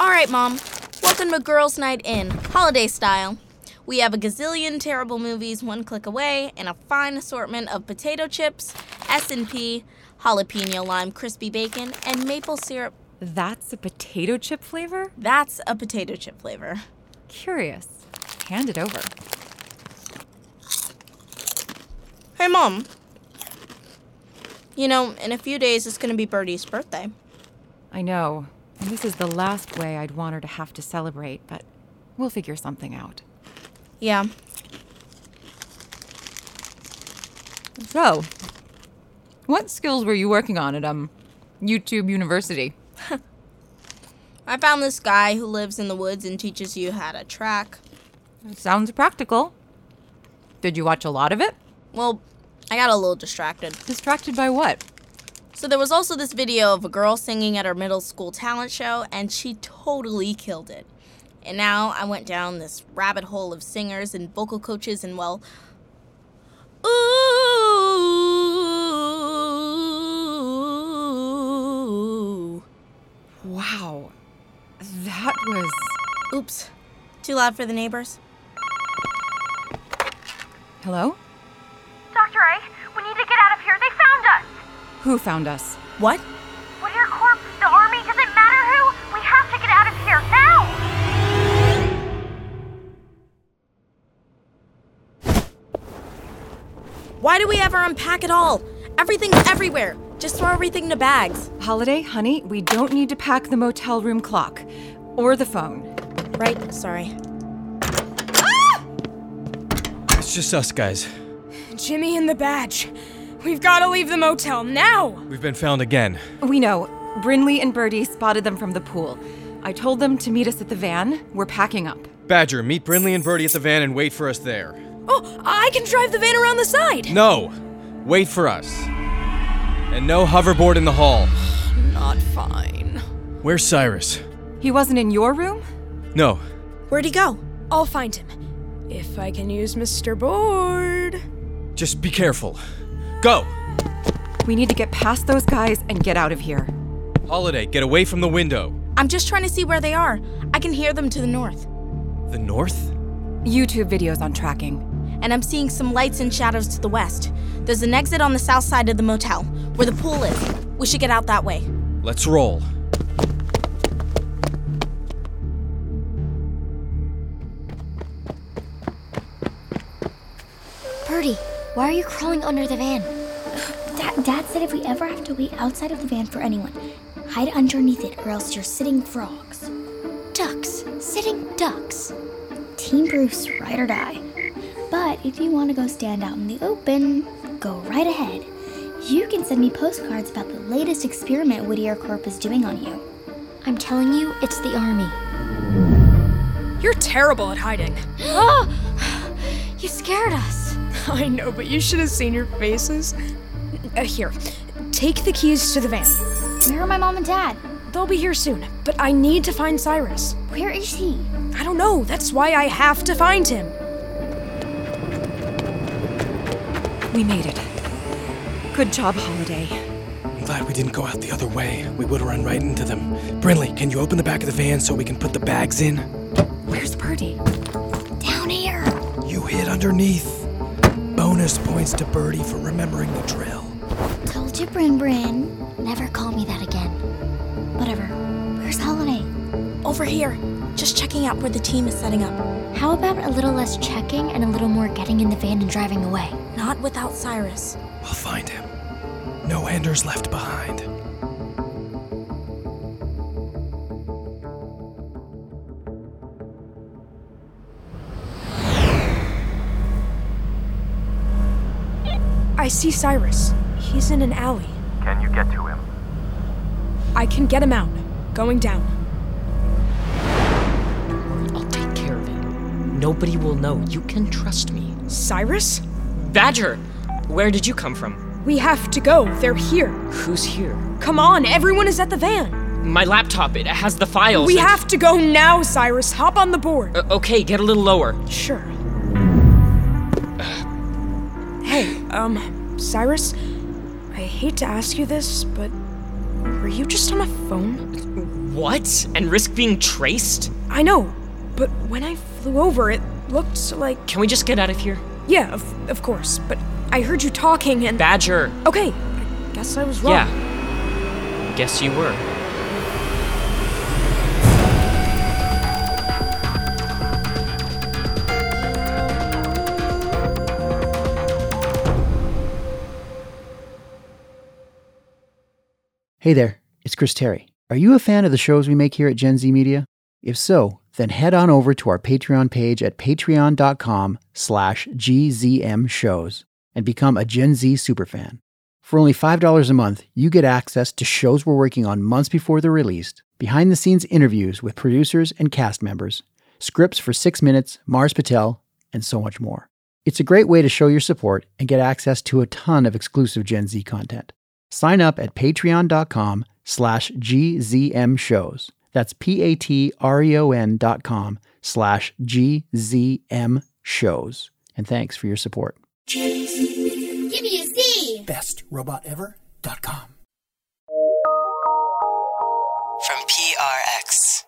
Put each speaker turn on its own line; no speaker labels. right, Mom. Welcome to Girls' Night In, holiday style. We have a gazillion terrible movies one click away and a fine assortment of potato chips, S&P, jalapeno lime crispy bacon, and maple syrup.
That's a potato chip flavor?
That's a potato chip flavor.
Curious. Hand it over.
Hey, Mom. You know, in a few days it's going to be Birdie's birthday.
I know. And this is the last way I'd want her to have to celebrate, but we'll figure something out.
Yeah.
So, what skills were you working on at um YouTube University?
I found this guy who lives in the woods and teaches you how to track.
Sounds practical. Did you watch a lot of it?
Well, I got a little distracted.
Distracted by what?
So there was also this video of a girl singing at her middle school talent show, and she totally killed it. And now I went down this rabbit hole of singers and vocal coaches, and well, ooh,
Wow. That was.
oops, too loud for the neighbors.
Hello?
Dr. A, we need to get out of here. They found us.
Who found us?
What?
Whittier Corp, the army, doesn't matter who. We have to get out of here now.
Why do we ever unpack at all? Everything's everywhere. Just throw everything into bags.
Holiday, honey, we don't need to pack the motel room clock or the phone.
Right, sorry.
It's just us, guys.
Jimmy and the badge. We've got to leave the motel now.
We've been found again.
We know. Brinley and Birdie spotted them from the pool. I told them to meet us at the van. We're packing up.
Badger, meet Brinley and Birdie at the van and wait for us there.
Oh, I can drive the van around the side.
No! Wait for us. And no hoverboard in the hall.
Not fine.
Where's Cyrus?
He wasn't in your room?
No.
Where'd he go?
I'll find him. If I can use Mr. Board.
Just be careful. Go!
We need to get past those guys and get out of here.
Holiday, get away from the window.
I'm just trying to see where they are. I can hear them to the north.
The north?
YouTube videos on tracking.
And I'm seeing some lights and shadows to the west. There's an exit on the south side of the motel, where the pool is. We should get out that way.
Let's roll.
Birdie, why are you crawling under the van? Dad, Dad said if we ever have to wait outside of the van for anyone, hide underneath it or else you're sitting frogs. Ducks, sitting ducks. Team Bruce, ride or die. But if you want to go stand out in the open, go right ahead. You can send me postcards about the latest experiment Whittier Corp is doing on you. I'm telling you, it's the army.
You're terrible at hiding.
You scared us.
I know, but you should have seen your faces. Uh, here, take the keys to the van.
Where are my mom and dad?
They'll be here soon, but I need to find Cyrus.
Where is he?
I don't know. That's why I have to find him.
We made it. Good job, Holiday.
I'm glad we didn't go out the other way. We would have run right into them. Brinley, can you open the back of the van so we can put the bags in?
Where's Birdie?
Down here.
You hid underneath. Bonus points to Birdie for remembering the drill.
Told you, Brin Brin. Never call me that again. Whatever. Where's Holiday?
Over here, just checking out where the team is setting up.
How about a little less checking and a little more getting in the van and driving away?
Not without Cyrus.
I'll find him. No Anders left behind.
I see Cyrus. He's in an alley.
Can you get to him?
I can get him out. Going down.
I'll take care of it. Nobody will know. You can trust me.
Cyrus?
Badger, where did you come from?
We have to go. They're here.
Who's here?
Come on, everyone is at the van.
My laptop. It has the files.
We
and-
have to go now, Cyrus. Hop on the board.
O- okay, get a little lower.
Sure. Hey, um, Cyrus, I hate to ask you this, but were you just on a phone?
What? And risk being traced?
I know, but when I flew over, it looked like.
Can we just get out of here?
Yeah, of, of course, but I heard you talking and.
Badger.
Okay, I guess I was wrong.
Yeah. Guess you were.
Hey there, it's Chris Terry. Are you a fan of the shows we make here at Gen Z Media? If so, then head on over to our Patreon page at patreon.com slash gzm shows and become a Gen Z superfan. For only $5 a month, you get access to shows we're working on months before they're released, behind the scenes interviews with producers and cast members, scripts for six minutes, Mars Patel, and so much more. It's a great way to show your support and get access to a ton of exclusive Gen Z content. Sign up at patreon.com slash gzm shows. That's p-a-t-r-e-o-n E dot com slash gzm shows. And thanks for your support.
Give me a Z!
BestRobotEver.com
From PRX.